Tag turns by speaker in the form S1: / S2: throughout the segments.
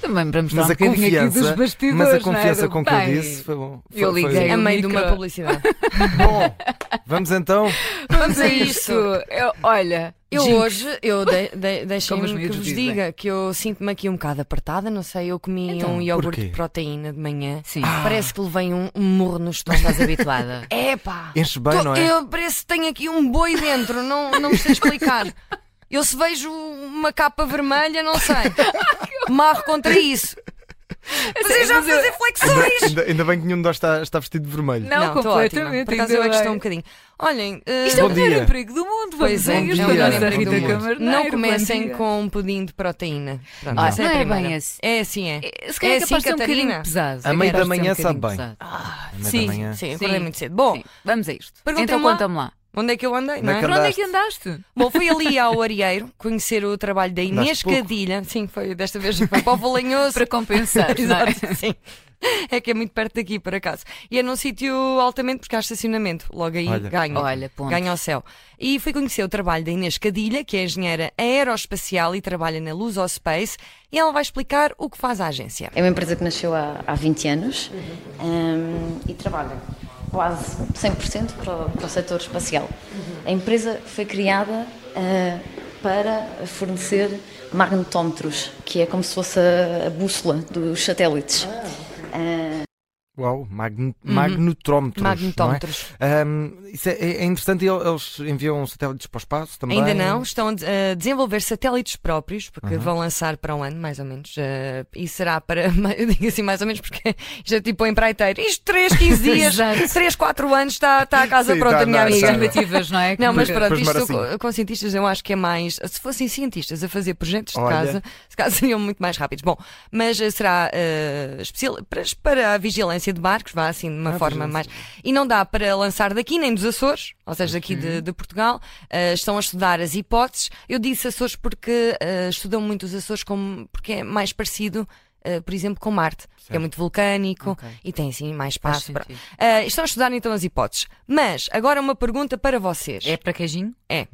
S1: também vamos
S2: Mas
S1: falar
S2: a
S1: um bocadinho aqui dos
S2: confiança,
S1: bastidores.
S2: mas a
S1: não é?
S2: confiança
S1: Do
S2: com que eu
S1: bem.
S2: disse foi bom. Foi,
S1: Eu
S2: foi-
S1: liguei.
S3: A meio de
S1: micro.
S3: uma publicidade.
S2: Bom, vamos então.
S1: Vamos a
S3: Mas é
S1: isto.
S3: isso.
S1: Eu- olha,
S3: Eu
S1: Jinx.
S3: hoje, eu de, de,
S1: Como os
S3: deixem-me que
S1: miúdos
S3: vos
S1: dizem.
S3: diga que eu sinto-me aqui um bocado apertada, não sei, eu comi
S1: Então,
S3: um iogurte
S2: porquê?
S3: de proteína de manhã.
S1: Sim.
S3: Parece que levei um um morro no estômago.
S4: Estás habituada.
S3: Epá!
S2: Enche bem,
S3: Tô-
S2: não é?
S3: Eu parece que tenho aqui um boi dentro, não, não me sei explicar. Eu se vejo uma capa vermelha, não sei. Marro contra isso. Mas
S4: é,
S3: eu já
S1: mas eu-
S3: fazer flexões!
S2: Ainda, ainda bem que nenhum de nós está, está vestido de vermelho.
S1: Não,
S3: tô
S1: completamente.
S3: ótima. Por acaso
S1: ainda
S3: eu é que estou
S1: bem.
S3: um bocadinho. Olhem, eh,
S1: Isto é o
S2: Bom
S1: melhor
S2: dia.
S1: emprego do mundo,
S3: Pois
S1: pois é,
S3: é,
S1: isto
S2: bom
S1: para
S2: dia.
S1: a nossa
S2: Bom
S1: Rita
S2: dia.
S1: Camarneiro.
S3: não
S1: bom
S3: comecem
S1: dia.
S3: com um pudim de proteína. Pronto,
S4: Ah,
S3: essa
S4: não
S3: a
S4: é
S3: primeira.
S4: bem esse.
S3: É assim, é.
S4: Eh, Se calhar
S3: É
S4: é capaz de
S3: assim,
S4: ser um
S3: Catarina?
S4: bocadinho pesado.
S2: A meio
S4: Capaz de
S2: da
S4: ser
S2: manhã
S4: um bocadinho
S2: sabe bem.
S4: pesado.
S2: A meio da
S1: sim,
S2: manhã.
S3: Sim,
S4: Sim.
S3: acordei muito cedo. Bom,
S4: Sim, vamos a isto.
S3: Perguntem-me
S4: então
S3: lá.
S4: conta-me lá.
S3: onde é que eu andei? Não é?
S2: Naquela-
S4: Para onde é
S2: Andaste?
S4: que andaste?
S3: Bom, fui ali ao Arieiro conhecer o trabalho da Inês
S2: Andaste pouco.
S3: Cadilha. Sim, foi desta vez foi para o Valenhoso.
S4: Para compensar. não é?
S3: Exato, sim. É que é muito perto daqui, por acaso. E é num sítio altamente, porque há estacionamento. Logo aí
S2: Olha.
S3: ganho.
S4: Olha, ponto.
S3: Ganho ao céu. E fui conhecer o trabalho da Inês Cadilha, que é engenheira aeroespacial e trabalha na Luz Space. E ela vai explicar o que faz a agência.
S5: É uma empresa que nasceu há, há 20 anos hum, e trabalha quase 100% para o, para o setor espacial. A empresa foi criada ah, para fornecer magnetómetros, que é como se fosse a, a bússola dos satélites. Ah,
S2: Uau, magne, magnetrómetros. não é?
S3: Magnetómetros.
S2: Ahm, isso é, é interessante. e Eles enviam satélites para o espaço também.
S3: Ainda não, estão a de- a desenvolver satélites próprios, porque vão lançar para um ano, mais ou menos. eh, e será para, eu digo assim, mais ou menos, porque já é tipo em praiteiro. Isto 3, 15 dias,
S4: Exato.
S3: 3, 4 anos, está está a casa
S2: Sim,
S3: pronta,
S2: tá,
S3: minha
S2: não,
S3: amiga.
S2: está.
S4: Estimativas, não é?
S3: Não, mas
S4: Porque-
S3: pronto,
S2: Pois,
S3: isto
S2: Maracinho.
S3: co- com cientistas eu acho que é mais. Se fossem cientistas a fazer projetos de
S2: Olha.
S3: casa, se calhar seriam muito mais rápidos. Bom, mas eh, será eh, especial- para, para a vigilância de barcos, vá assim de uma
S4: Ah,
S3: forma mais. E não dá para lançar daqui nem dos Açores, ou seja, daqui de, de Portugal. Eh, estão a estudar as hipóteses. Eu disse Açores porque eh, estudam muito os Açores como, porque é mais parecido. eh, por exemplo, com Marte, que é muito vulcânico e tem assim mais
S4: Faz
S3: espaço. para-
S4: sentido.
S3: Eh, estão a estudar então as hipóteses. Mas agora uma pergunta para vocês.
S4: É para queijinho?
S3: É.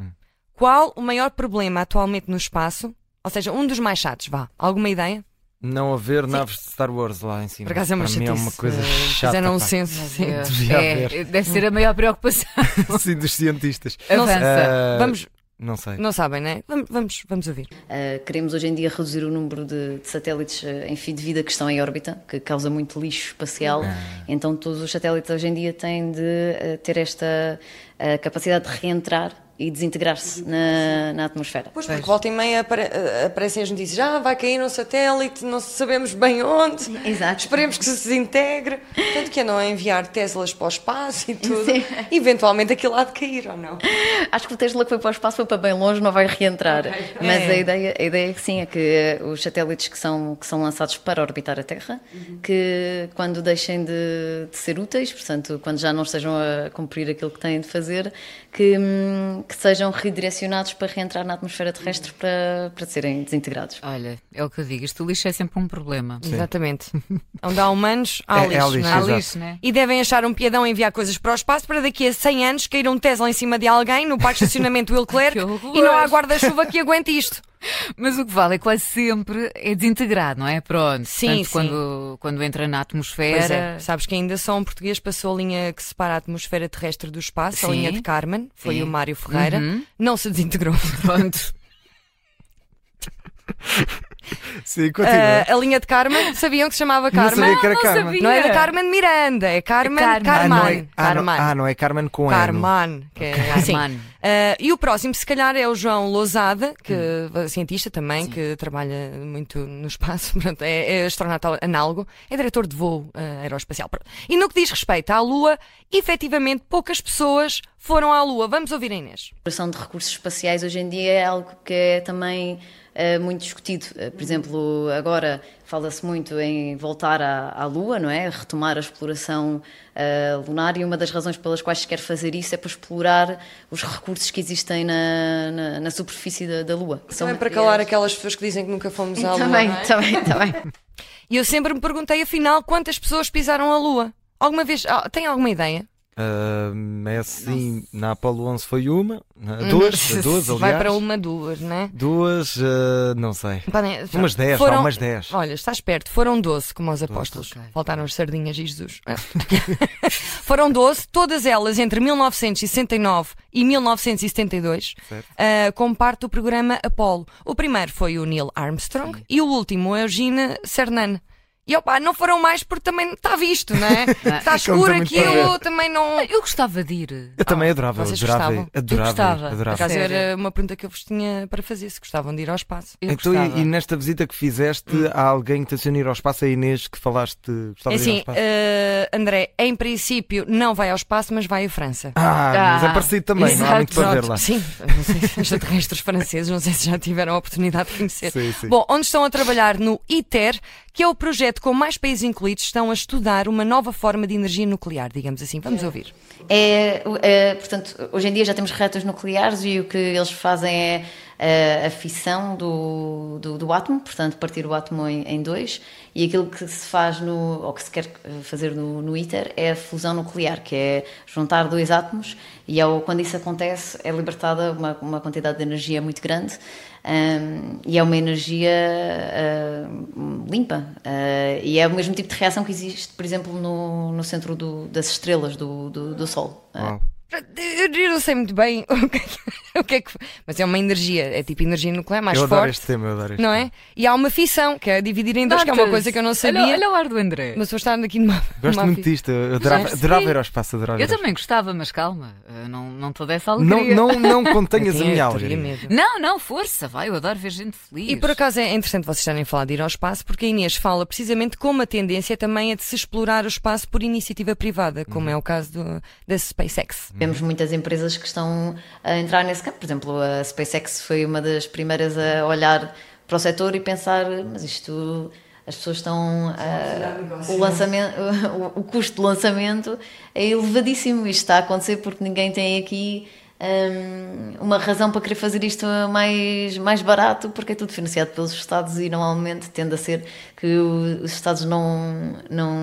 S3: Qual o maior problema atualmente no espaço? Ou seja, um dos mais chatos, vá. Alguma ideia?
S2: Não haver naves de Star Wars lá em cima.
S3: Por acaso é uma
S2: Para mim é
S3: chatice.
S2: uma coisa
S3: Eh,
S2: chata.
S3: Fizeram um
S2: pá.
S3: censo. sim.
S2: Devia
S4: é,
S2: haver.
S4: deve ser a maior preocupação.
S2: Sim, dos cientistas.
S4: Avança.
S2: Ah,
S3: Vamos,
S2: Não sei.
S3: não sabem, né? Vamos, vamos, vamos ouvir.
S5: ah, queremos hoje em dia reduzir o número de, de satélites ah, em fim de vida que estão em órbita, que causa muito lixo espacial. Então todos os satélites hoje em dia têm de ah, ter esta ah, capacidade de reentrar e desintegrar-se na- na atmosfera.
S3: Pois, porque volta e meia aparecem as notícias. Ah, vai cair um satélite, não sabemos bem onde.
S5: Exato.
S3: Esperemos que se desintegre. Tanto que não é enviar Teslas para o espaço e tudo. Eventualmente aquilo há de cair, ou não?
S5: Acho que o Tesla que foi para o espaço foi para bem longe, não vai reentrar. Mas
S3: É.
S5: a, ideia, a ideia é que sim, é que eh, os satélites que são, que são lançados para orbitar a Terra, que quando deixem de, de ser úteis, portanto, quando já não estejam a cumprir aquilo que têm de fazer, que, hum, que sejam redirecionados para reentrar na atmosfera terrestre para, para serem desintegrados.
S4: Olha, é o que eu digo, isto lixo é sempre um problema.
S3: Exatamente. Onde há humanos, há
S2: É- é
S3: lixo.
S2: lixo,
S3: não
S4: Há
S2: Exato.
S4: lixo, né?
S3: E devem achar um piadão enviar coisas para o espaço para daqui a 100 anos cair um Tesla em cima de alguém no parque de estacionamento Will Clerc
S4: Que horror.
S3: e não há guarda-chuva que aguente isto.
S4: Mas o que vale é quase sempre é desintegrado, não é? Pronto.
S3: Sim,
S4: Portanto,
S3: sim.
S4: Quando, quando entra na
S3: Pois
S4: atmosfera.
S3: é, sabes que ainda só um português passou a linha que separa a atmosfera terrestre do espaço,
S4: Sim. É.
S3: a
S4: Uhum.
S3: linha de Carmen, foi
S4: Sim.
S3: o Mário Ferreira, não se desintegrou.
S4: Pronto.
S2: Sim, continua.
S3: Ah, a linha de Carmen, sabiam que se
S2: não
S3: chamava Carmen?
S2: sabia que era
S4: Ah, não
S2: Carmen.
S4: sabia.
S3: Não é da Carmen Miranda, é Carmen
S4: Carmen.
S2: Ah, não é,
S3: Carmine.
S2: ah, não,
S3: Carmine.
S2: ah, não é Carmen com N.
S3: Carman, que é assim.
S4: Carman.
S3: Ah, e o próximo, se calhar, é o João Lousada, que é cientista também, que trabalha muito no espaço, pronto, é, é astronauta análogo, é diretor de voo ah, aeroespacial. pronto. E no que diz respeito à Lua, efetivamente poucas pessoas foram à Lua. Vamos ouvir a Inês.
S5: A exploração de recursos espaciais hoje em dia é algo que é também eh, muito discutido. Eh, por exemplo, agora fala-se muito em voltar à, à Lua, não é? Retomar a exploração eh, lunar e uma das razões pelas quais se quer fazer isso é para explorar os recursos que existem na, na- na superfície da, da Lua. São
S3: Também para
S5: materiais-
S3: calar aquelas pessoas que dizem que nunca fomos à Lua.
S5: Também,
S3: não é?
S5: também, também.
S3: E eu sempre me perguntei, afinal, quantas pessoas pisaram a Lua? Alguma vez, ah, tem alguma ideia?
S2: Ahm, é assim, na Apolo 11 foi uma, ah, duas, duas, aliás.
S3: Uhum. Vai para uma, duas, né?
S2: Duas, ah, não sei.
S3: Podem-
S2: Umas dez,
S3: foram,
S2: há umas dez.
S3: Olha, estás perto. Foram 12, como aos apóstolos.
S2: ok.
S3: Faltaram as sardinhas e Jesus. Ah. Foram 12, todas elas entre 1969 e 1972,
S2: Certo.
S3: ah, como parte do programa Apollo. O primeiro foi o Neil Armstrong e o último, o Eugene Cernan. E opá, não foram mais porque também está visto, não é? Está escuro
S2: também para
S3: aquilo, também não.
S4: Ah, Eu gostava de ir.
S2: Eu também adorava, eu
S3: Ah, vocês
S2: adorava,
S3: gostavam?
S2: ir, adorava, ir,
S4: gostava.
S2: adorava.
S3: Por acaso
S4: Sério?
S3: era uma pergunta que eu vos tinha para fazer, se gostavam de ir ao espaço.
S4: Eu
S2: Então,
S4: gostava.
S2: e, e nesta visita que fizeste,
S3: Hum.
S2: há alguém que tensiona ir ao espaço? A Inês que falaste, gostava
S3: É
S2: de ir Tá ao espaço?
S3: assim, eh, André, em princípio não vai ao espaço, mas vai à França.
S2: ah, mas é
S4: ah,
S2: parecido também, não há muito para
S4: exato,
S2: ver lá.
S3: Sim, não sei se extraterrestres franceses, não sei se já tiveram a oportunidade de conhecer.
S2: Sim, sim.
S3: Bom, onde estão a trabalhar no ITER, que é o projeto com mais países incluídos, estão a estudar uma nova forma de energia nuclear, digamos assim. Vamos ouvir.
S5: É, o- é, portanto, hoje em dia já temos reatores nucleares e o que eles fazem é é, a fissão do, do, do átomo, portanto, partir o átomo em, em dois. E aquilo que se faz, no, ou que se quer eh, fazer no, no ITER, é a fusão nuclear, que é juntar dois átomos e ao, quando isso acontece é libertada uma, uma quantidade de energia muito grande hum, e é uma energia hum, limpa. eh, e é o mesmo tipo de reação que existe, por exemplo, no, no centro do- das estrelas do, do, do Sol.
S3: Ah,
S2: Uau.
S3: Eu eu não sei muito bem o que, é que- o que é que. Mas é uma energia, é tipo energia nuclear mais
S2: Eu adoro
S3: forte,
S2: este tema, eu adoro este
S3: não
S2: tema.
S3: é? E há uma fissão, que é dividir em dois, que é uma
S4: Notas.
S3: coisa que eu não sabia.
S4: Olha, olha o ar do André.
S3: Mas vou estar aqui numa.
S2: Gosto
S3: numa
S2: muito
S3: é? fi-
S2: disto, eu adorava,
S4: percebi.
S2: adorava ir ao espaço, adorava.
S4: Eu
S2: ir ao
S4: também gostava, mas calma, eh, não, não toda essa
S2: espaço.
S4: alegria.
S2: Não, não, não contenhas a
S3: Sim,
S2: minha
S3: eu teria
S2: alegria.
S3: medo.
S4: não, não, força, vai, eu adoro ver gente feliz.
S3: E por acaso é interessante vocês estarem a falar de ir ao espaço, porque a Inês fala precisamente como a tendência também é de se explorar o espaço por iniciativa privada, como
S4: Uhum.
S3: é o caso do, da SpaceX.
S5: Vemos muitas empresas que estão a entrar nesse campo. Por exemplo, a SpaceX foi uma das primeiras a olhar para o setor e pensar, mas isto. As pessoas estão. ah, o, lançamento, o, o custo de lançamento é elevadíssimo. Isto está a acontecer porque ninguém tem aqui hum, uma razão para querer fazer isto mais, mais barato, porque é tudo financiado pelos Estados e normalmente tende a ser que o- os Estados não. não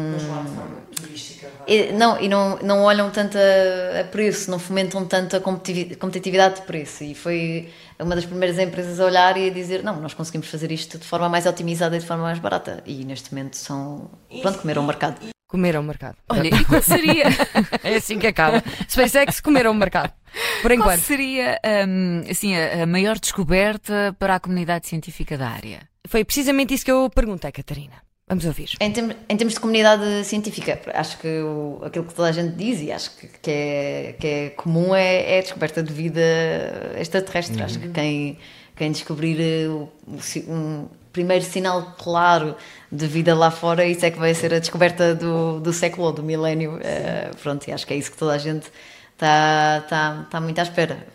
S5: e, não, e não, não olham tanto a, a preço, não fomentam tanto a competitivi- competitividade de preço. E foi uma das primeiras empresas a olhar e a dizer: não, nós conseguimos fazer isto de forma mais otimizada e de forma mais barata. E neste momento são. Pronto, comeram o mercado.
S3: Comer ao mercado.
S4: Olha, e qual seria,
S3: É assim que acaba. SpaceX comer ao mercado. Por
S4: qual
S3: enquanto.
S4: seria hum, assim, a, a maior descoberta para a comunidade científica da área?
S3: Foi precisamente isso que eu perguntei, Catarina. Vamos ouvir.
S4: É
S5: Em, term- em termos de comunidade científica, acho que o- aquilo que toda a gente diz e acho que, que é, que é comum é, é a descoberta de vida extraterrestre. Acho que quem, quem descobrir eh, o, o si- um primeiro sinal claro de vida lá fora, isso é que vai ser a descoberta do, do século ou do milénio. Eh, pronto, e acho que é isso que toda a gente está tá, tá muito à espera.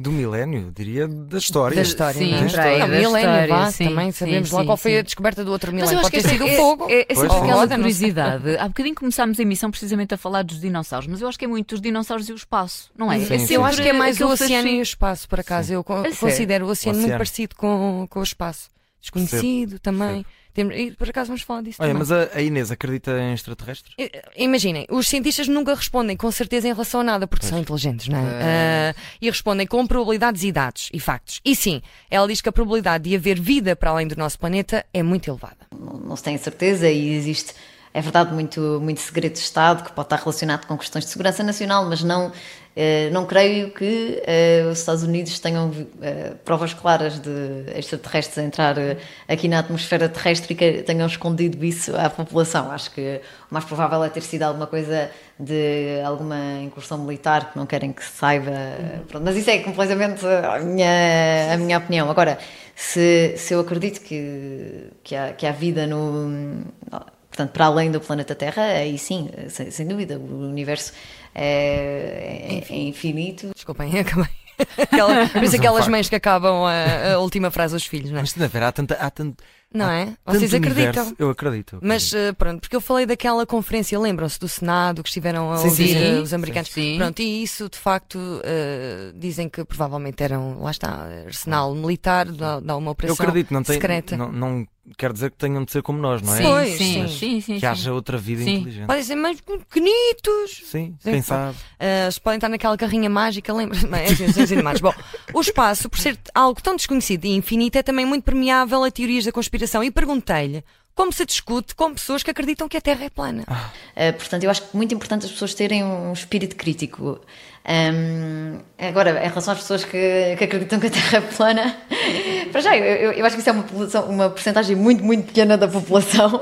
S2: Do milénio, diria, da história.
S3: Da história,
S4: Sim,
S3: não é?
S4: André,
S3: Não,
S4: da
S3: milénio,
S4: história,
S3: vá,
S4: sim,
S3: também
S4: sim,
S3: sabemos lá
S4: sim,
S3: qual foi
S4: sim.
S3: a descoberta do outro
S4: Mas
S3: milénio.
S4: eu acho que
S3: Pode ter
S4: esta
S3: sido o
S4: é-
S3: fogo.
S4: É, é sempre
S2: Pois,
S4: aquela
S3: fogo.
S4: curiosidade. Há bocadinho começámos a emissão precisamente a falar dos dinossauros, mas eu acho que é muito os dinossauros e o espaço, não é?
S2: Sim, sim. É
S3: Eu acho que é mais o
S4: aquele
S3: oceano e o
S4: fascínio.
S3: espaço, por acaso. Eu co-
S4: A sério?
S3: considero o oceano, muito
S2: Oceano.
S3: parecido com, com o espaço. Desconhecido também. Temos- e por acaso vamos falar disso
S2: Olha,
S3: também.
S2: mas a, a Inês acredita em extraterrestres?
S3: I- Imaginem, os cientistas nunca respondem com certeza em relação a nada, porque são inteligentes, não é? Ah, e respondem com probabilidades e dados e factos. E sim, ela diz que a probabilidade de haver vida para além do nosso planeta é muito elevada.
S5: não- não se tem certeza e existe, é verdade, muito, muito segredo de Estado que pode estar relacionado com questões de segurança nacional, mas não, eh, não creio que eh, os Estados Unidos tenham eh, provas claras de extraterrestres a entrar eh, aqui na atmosfera terrestre e que tenham escondido isso à população. Acho que o mais provável é ter sido alguma coisa de alguma incursão militar que não querem que se saiba. Pronto, mas isso é completamente a minha, a minha opinião. Agora, se, se eu acredito que, que, há, que há vida no. Portanto, para além do planeta Terra, aí sim, sem, sem dúvida, o universo é, é- é infinito.
S3: Desculpem, acabei. Aquela, por isso
S2: um
S3: aquelas
S2: facto.
S3: mães que acabam a, a última frase aos filhos, não é?
S2: Mas, na verdade, há tanta, há tanto-
S3: não é? Vocês
S2: Tanto
S3: acreditam.
S2: universo. Eu acredito. eu
S3: Mas
S2: acredito.
S3: eh, pronto, porque eu falei daquela conferência, lembram-se do Senado que estiveram a
S2: Sim,
S3: ouvir
S2: sim.
S3: eh,
S4: Sim,
S3: os americanos.
S4: sim.
S3: Pronto, e isso de facto eh, dizem que provavelmente eram, lá está, arsenal militar, dá, dá uma
S2: eu
S3: operação
S2: acredito, não, tem,
S3: secreta.
S2: não, não quer dizer que tenham de ser como nós, não é?
S3: Sim.
S4: Pois,
S3: Pois,
S4: sim,
S3: sim.
S4: sim, sim.
S2: Que
S4: sim.
S2: haja outra vida
S4: Sim.
S2: inteligente.
S3: Podem ser mais pequenitos.
S2: Sim,
S3: Sim,
S2: quem
S3: sim.
S2: sabe?
S3: Ah, eles podem estar naquela carrinha mágica, lembra-se? Bem, enfim, os desenhos animados. Bom, o espaço, por ser algo tão desconhecido e infinito, é também muito permeável a teorias da conspiração. E perguntei-lhe como se discute com pessoas que acreditam que a Terra é plana.
S5: Uh, portanto, eu acho que é muito importante as pessoas terem um espírito crítico. Um, agora, em relação às pessoas que, que acreditam que a Terra é plana, para já, eu, eu- eu acho que isso é uma, população, uma porcentagem muito, muito pequena da população,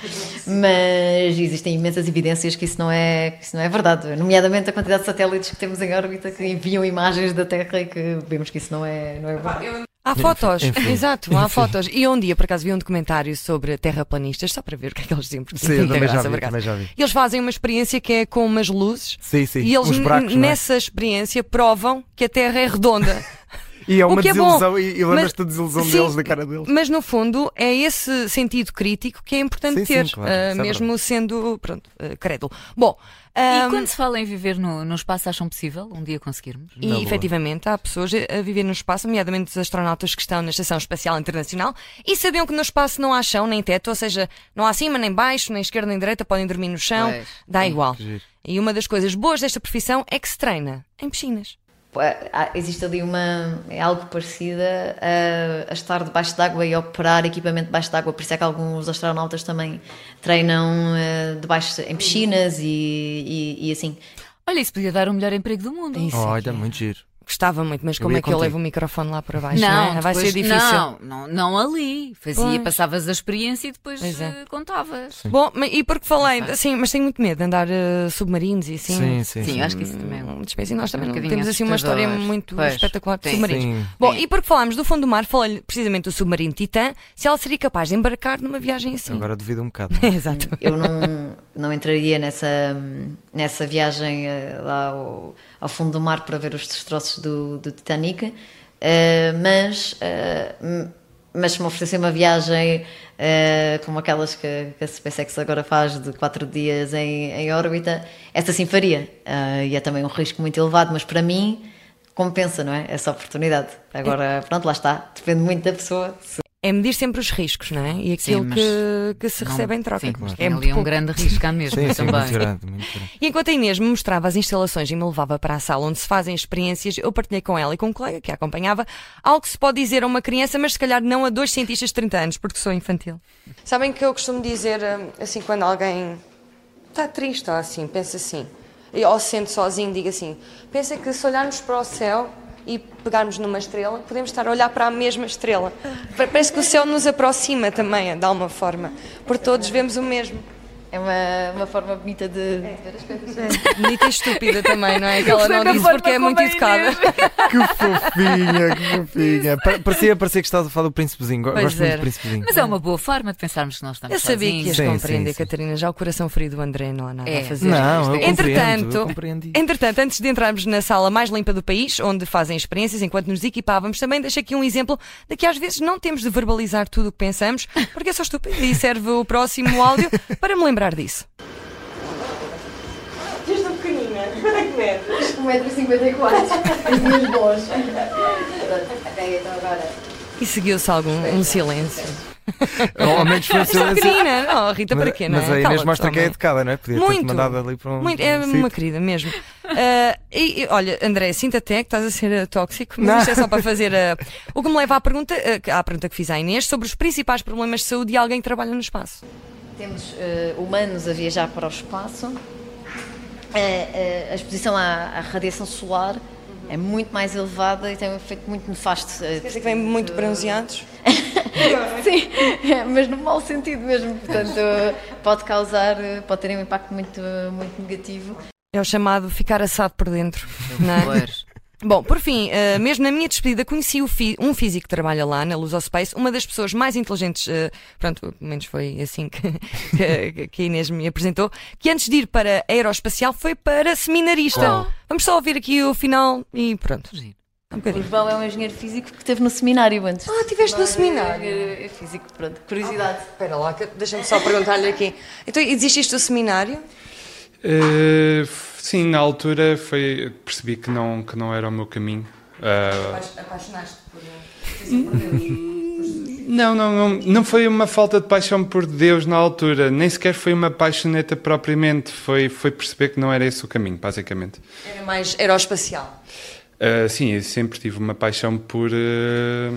S5: mas existem imensas evidências que isso, não é, que isso não é verdade, nomeadamente a quantidade de satélites que temos em órbita que enviam imagens da Terra e que vemos que isso não é, não é verdade.
S3: Há fotos,
S2: enfim,
S3: exato, há fotos. E eu um dia, por acaso, vi um documentário sobre terraplanistas, só para ver o que é que eles diziam, porque
S2: Sim,
S3: tinha
S2: eu
S3: muita
S2: também já
S3: graça,
S2: vi,
S3: por acaso.
S2: também já vi.
S3: E Eles fazem uma experiência que é com umas luzes.
S2: Sim, sim.
S3: E eles
S2: uns
S3: n-
S2: buracos, não é?
S3: nessa experiência provam que a Terra é redonda.
S2: E é
S3: o
S2: uma
S3: que é bom,
S2: desilusão, e, e lembras-te da
S3: mas-
S2: desilusão
S3: sim,
S2: deles, da cara deles.
S3: Mas no fundo é esse sentido crítico que é importante
S2: Sim, sim,
S3: ter,
S2: claro,
S3: ah,
S2: isso é
S3: mesmo
S2: verdade.
S3: sendo, pronto, ah, crédulo. Bom, ah,
S4: E quando se fala em viver no, no espaço, acham possível um dia conseguirmos?
S2: Na
S3: e
S2: Lua.
S3: efetivamente há pessoas a a viver no espaço, nomeadamente os astronautas que estão na Estação Espacial Internacional, e sabiam que no espaço não há chão nem teto, ou seja, não há cima nem baixo, nem esquerda nem direita, podem dormir no chão,
S5: Pois.
S3: dá igual.
S2: que giro.
S3: E uma das coisas boas desta profissão é que se treina em piscinas.
S5: Pô, há- existe ali uma é algo parecida a, a estar debaixo d'água e operar equipamento debaixo d'água, por isso é que alguns astronautas também treinam eh, debaixo em piscinas e, e- e assim.
S4: Olha, isso podia dar o melhor emprego do mundo.
S2: Olha, muito giro.
S3: Gostava muito, mas
S2: Eu
S3: como
S2: ia
S3: é que eu
S2: contigo.
S3: levo o microfone lá para baixo? é? Vai
S4: depois-
S3: ser difícil.
S4: Não, não, não ali. Fazia,
S3: Pois.
S4: passavas a experiência e depois
S3: Pois é.
S4: eh, contavas.
S3: Bom, mas- e porque falei, assim, mas tenho muito medo de andar eh, submarinos e assim.
S2: Sim, sim.
S4: Sim,
S2: sim.
S4: acho que isso também é um
S3: Hum, espécie, nós também não
S4: bocadinho
S3: temos assim uma
S4: assustador.
S3: história muito
S4: Pois.
S3: espetacular de
S4: Sim.
S3: submarinos.
S2: Sim.
S3: Bom,
S4: Sim.
S3: e porque falámos do fundo do mar, falei-lhe precisamente do submarino Titã, se ela seria capaz de embarcar numa viagem assim.
S2: Agora duvido um bocado. não é?
S3: Exato.
S5: Eu não, não entraria nessa, nessa viagem eh, lá ao, ao fundo do mar para ver os destroços do, do Titanic, eh, mas, eh, m- mas se me oferecer uma viagem eh, como aquelas que, que a SpaceX agora faz de quatro dias em, em órbita, essa sim faria. Eh, e é também um risco muito elevado, mas para mim compensa, não é? Essa oportunidade. Agora, pronto, lá está. Depende muito da pessoa. Se
S3: É medir sempre os riscos, não é? E aquilo
S4: Sim, mas
S3: que, que se
S4: Não-
S3: recebe em troca.
S4: Sim, mas
S3: é
S4: tem
S3: muito
S4: ali um
S3: pouco.
S4: grande risco, há mesmo
S2: Sim, sim, muito
S4: também.
S2: grande, muito grande.
S3: E enquanto a Inês me mostrava as instalações e me levava para a sala onde se fazem experiências, eu partilhei com ela e com um colega que a acompanhava algo que se pode dizer a uma criança, mas se calhar não a dois cientistas de 30 anos, porque sou infantil. Sabem que eu costumo dizer, hum, assim, quando alguém está triste ou assim, pensa assim, e- ou se sente sozinho, diga assim, pensa que se olharmos para o céu e pegarmos numa estrela, podemos estar a olhar para a mesma estrela. Pa- Parece que o céu nos aproxima também, de alguma forma, porque todos vemos o mesmo.
S5: é uma, uma forma bonita de, de ver as coisas.
S3: Bonita e estúpida também, não é? Que ela
S4: gostei da
S3: não disse
S4: forma
S3: porque é
S4: como
S3: muito
S4: a
S3: educada.
S2: Que fofinha, que fofinha. Pa- Parecia, parecia que estás a falar do príncipezinho. Go-
S3: Pois
S2: Gosto muito
S3: era.
S2: do príncipezinho.
S4: Mas é uma boa forma de pensarmos que nós estamos
S3: Eu sabia que
S4: sozinhos.
S3: ias
S2: Sim,
S3: compreender,
S2: sim, sim.
S3: Catarina. Já o coração ferido do André não há nada
S4: É.
S3: a fazer.
S2: Não, eu compreendo, eu
S3: Entretanto,
S2: compreendi.
S3: entretanto, antes de entrarmos na sala mais limpa do país, onde fazem experiências enquanto nos equipávamos, também deixo aqui um exemplo de que às vezes não temos de verbalizar tudo o que pensamos, porque é só estúpido e serve o próximo áudio para me lembrar disso.
S6: Desde pequenina, quando é que medes?
S5: 1,54m, as minhas boas. Até então agora.
S3: E seguiu-se algum um silêncio.
S2: Ou ao menos foi o
S3: é
S4: é-
S3: Esta
S2: silêncio.
S3: pequenina, oh, Rita, para quê, não é?
S2: Mas a Inês
S3: Cala-te,
S2: mostra que é
S3: homem.
S2: educada, não é? Podia ter-te
S3: Muito.
S2: mandado ali para um.
S3: Muito, é
S2: um
S3: uma
S2: sítio.
S3: querida mesmo. Ah, e, e, olha, André, sinta até que estás a ser ah, tóxico, mas
S2: Não.
S3: isto é só para fazer ah, o que me leva à pergunta, ah, que- à pergunta que fiz à Inês sobre os principais problemas de saúde de alguém que trabalha no espaço.
S5: Temos eh, humanos a viajar para o espaço. Eh, eh, a exposição à, à radiação solar é muito mais elevada e tem um efeito muito nefasto. eh,
S3: Quer dizer que vêm muito bronzeados?
S5: Sim, é, mas no mau sentido mesmo. Portanto, eh, pode causar, eh, pode ter um impacto muito, muito negativo.
S3: É o chamado ficar assado por dentro. Não é?
S4: Pois.
S3: Bom, por fim, eh, mesmo na minha despedida, conheci o fi- um físico que trabalha lá na Lusospace, uma das pessoas mais inteligentes, eh, pronto, pelo menos foi assim que, que- que a Inês me apresentou, que antes de ir para a aeroespacial foi para seminarista.
S2: Uau.
S3: Vamos só ouvir aqui o final e pronto. Um bocadinho.
S5: O João é um engenheiro físico que esteve no seminário antes.
S3: Ah, estiveste no seminário.
S5: É físico, pronto. Curiosidade.
S3: Espera lá, que- deixa-me só perguntar-lhe aqui. Então, exististe do seminário?
S7: Eh, f- sim, na altura foi, percebi que não, que não era o meu caminho. Ah,
S3: Apaixonaste por. eh,
S7: não, não, não, não foi uma falta de paixão por Deus na altura, nem sequer foi uma paixoneta propriamente, foi, foi perceber que não era esse o caminho, basicamente.
S3: Era mais aeroespacial.
S7: Ah, sim, eu sempre tive uma paixão por, eh,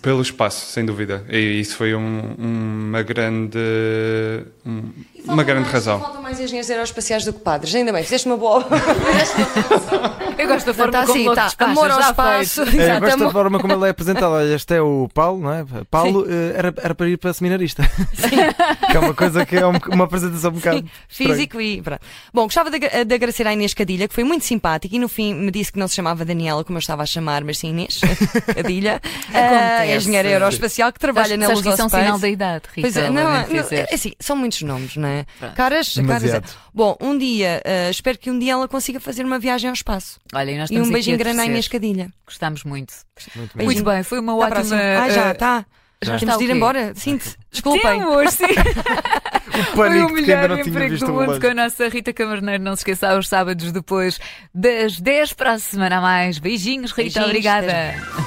S7: pelo espaço, sem dúvida. E isso foi um- uma grande, um-
S3: é
S7: uma grande razão.
S3: Faltam mais engenheiros aeroespaciais do que padres, ainda bem, fizeste uma boa.
S1: Eu gosto da forma
S3: Está
S1: como
S3: assim,
S1: logo
S3: tá,
S1: despachas,
S3: amor ao
S1: já
S3: espaço.
S1: feito.
S2: É, eu
S3: Exato,
S2: gosto da
S3: amor.
S2: forma como ele é apresentado. Olha, este é o Paulo, não é? Paulo eh, era, era para ir para seminarista. que é uma coisa que é um- uma apresentação um bocado. estranha.
S3: Físico e. pronto. Bom, gostava de, agra- de agradecer à Inês Cadilha, que foi muito simpática e no fim me disse que não se chamava Daniela, como eu estava a chamar, mas sim Inês Cadilha, Eh, a
S1: Acontece.
S3: engenheira aeroespacial que trabalha
S4: Sabes,
S3: na
S4: sabes que
S3: Luz
S4: isso é um
S3: ao
S4: sinal
S3: Space.
S4: da idade, Rita.
S3: Pois é, não,
S4: lamento
S3: não,
S4: dizer.
S3: é assim, são muitos nomes, não é? Caras, caras.
S2: Demasiado.
S3: Bom, um dia, eh, espero que um dia ela consiga fazer uma viagem ao espaço.
S4: Olha, e nós
S3: E um
S4: estamos
S3: beijinho
S4: aqui a
S3: grande à
S4: torcer.
S3: Inês Cadilha.
S4: Gostámos muito.
S2: Muito bem.
S4: Muito
S3: Beijinho.
S4: bem, foi uma
S3: Está
S4: ótima.
S3: próximo. Ah, já,
S4: eh,
S3: está.
S4: já
S3: Temos
S4: está
S3: de
S4: o
S3: ir
S4: quê?
S3: embora. Sinto, desculpem.
S4: Temos, sim.
S2: Pânico
S4: Foi o
S2: de quem ainda
S4: melhor
S2: não tinha
S4: emprego
S2: visto
S4: do
S2: o
S4: mundo
S2: relógio.
S4: com a nossa Rita Camarneiro. Não se esqueça, aos sábados depois das 10 para a semana a mais. Beijinhos, Rita.
S3: Beijinhos,
S4: obrigada.
S3: até já.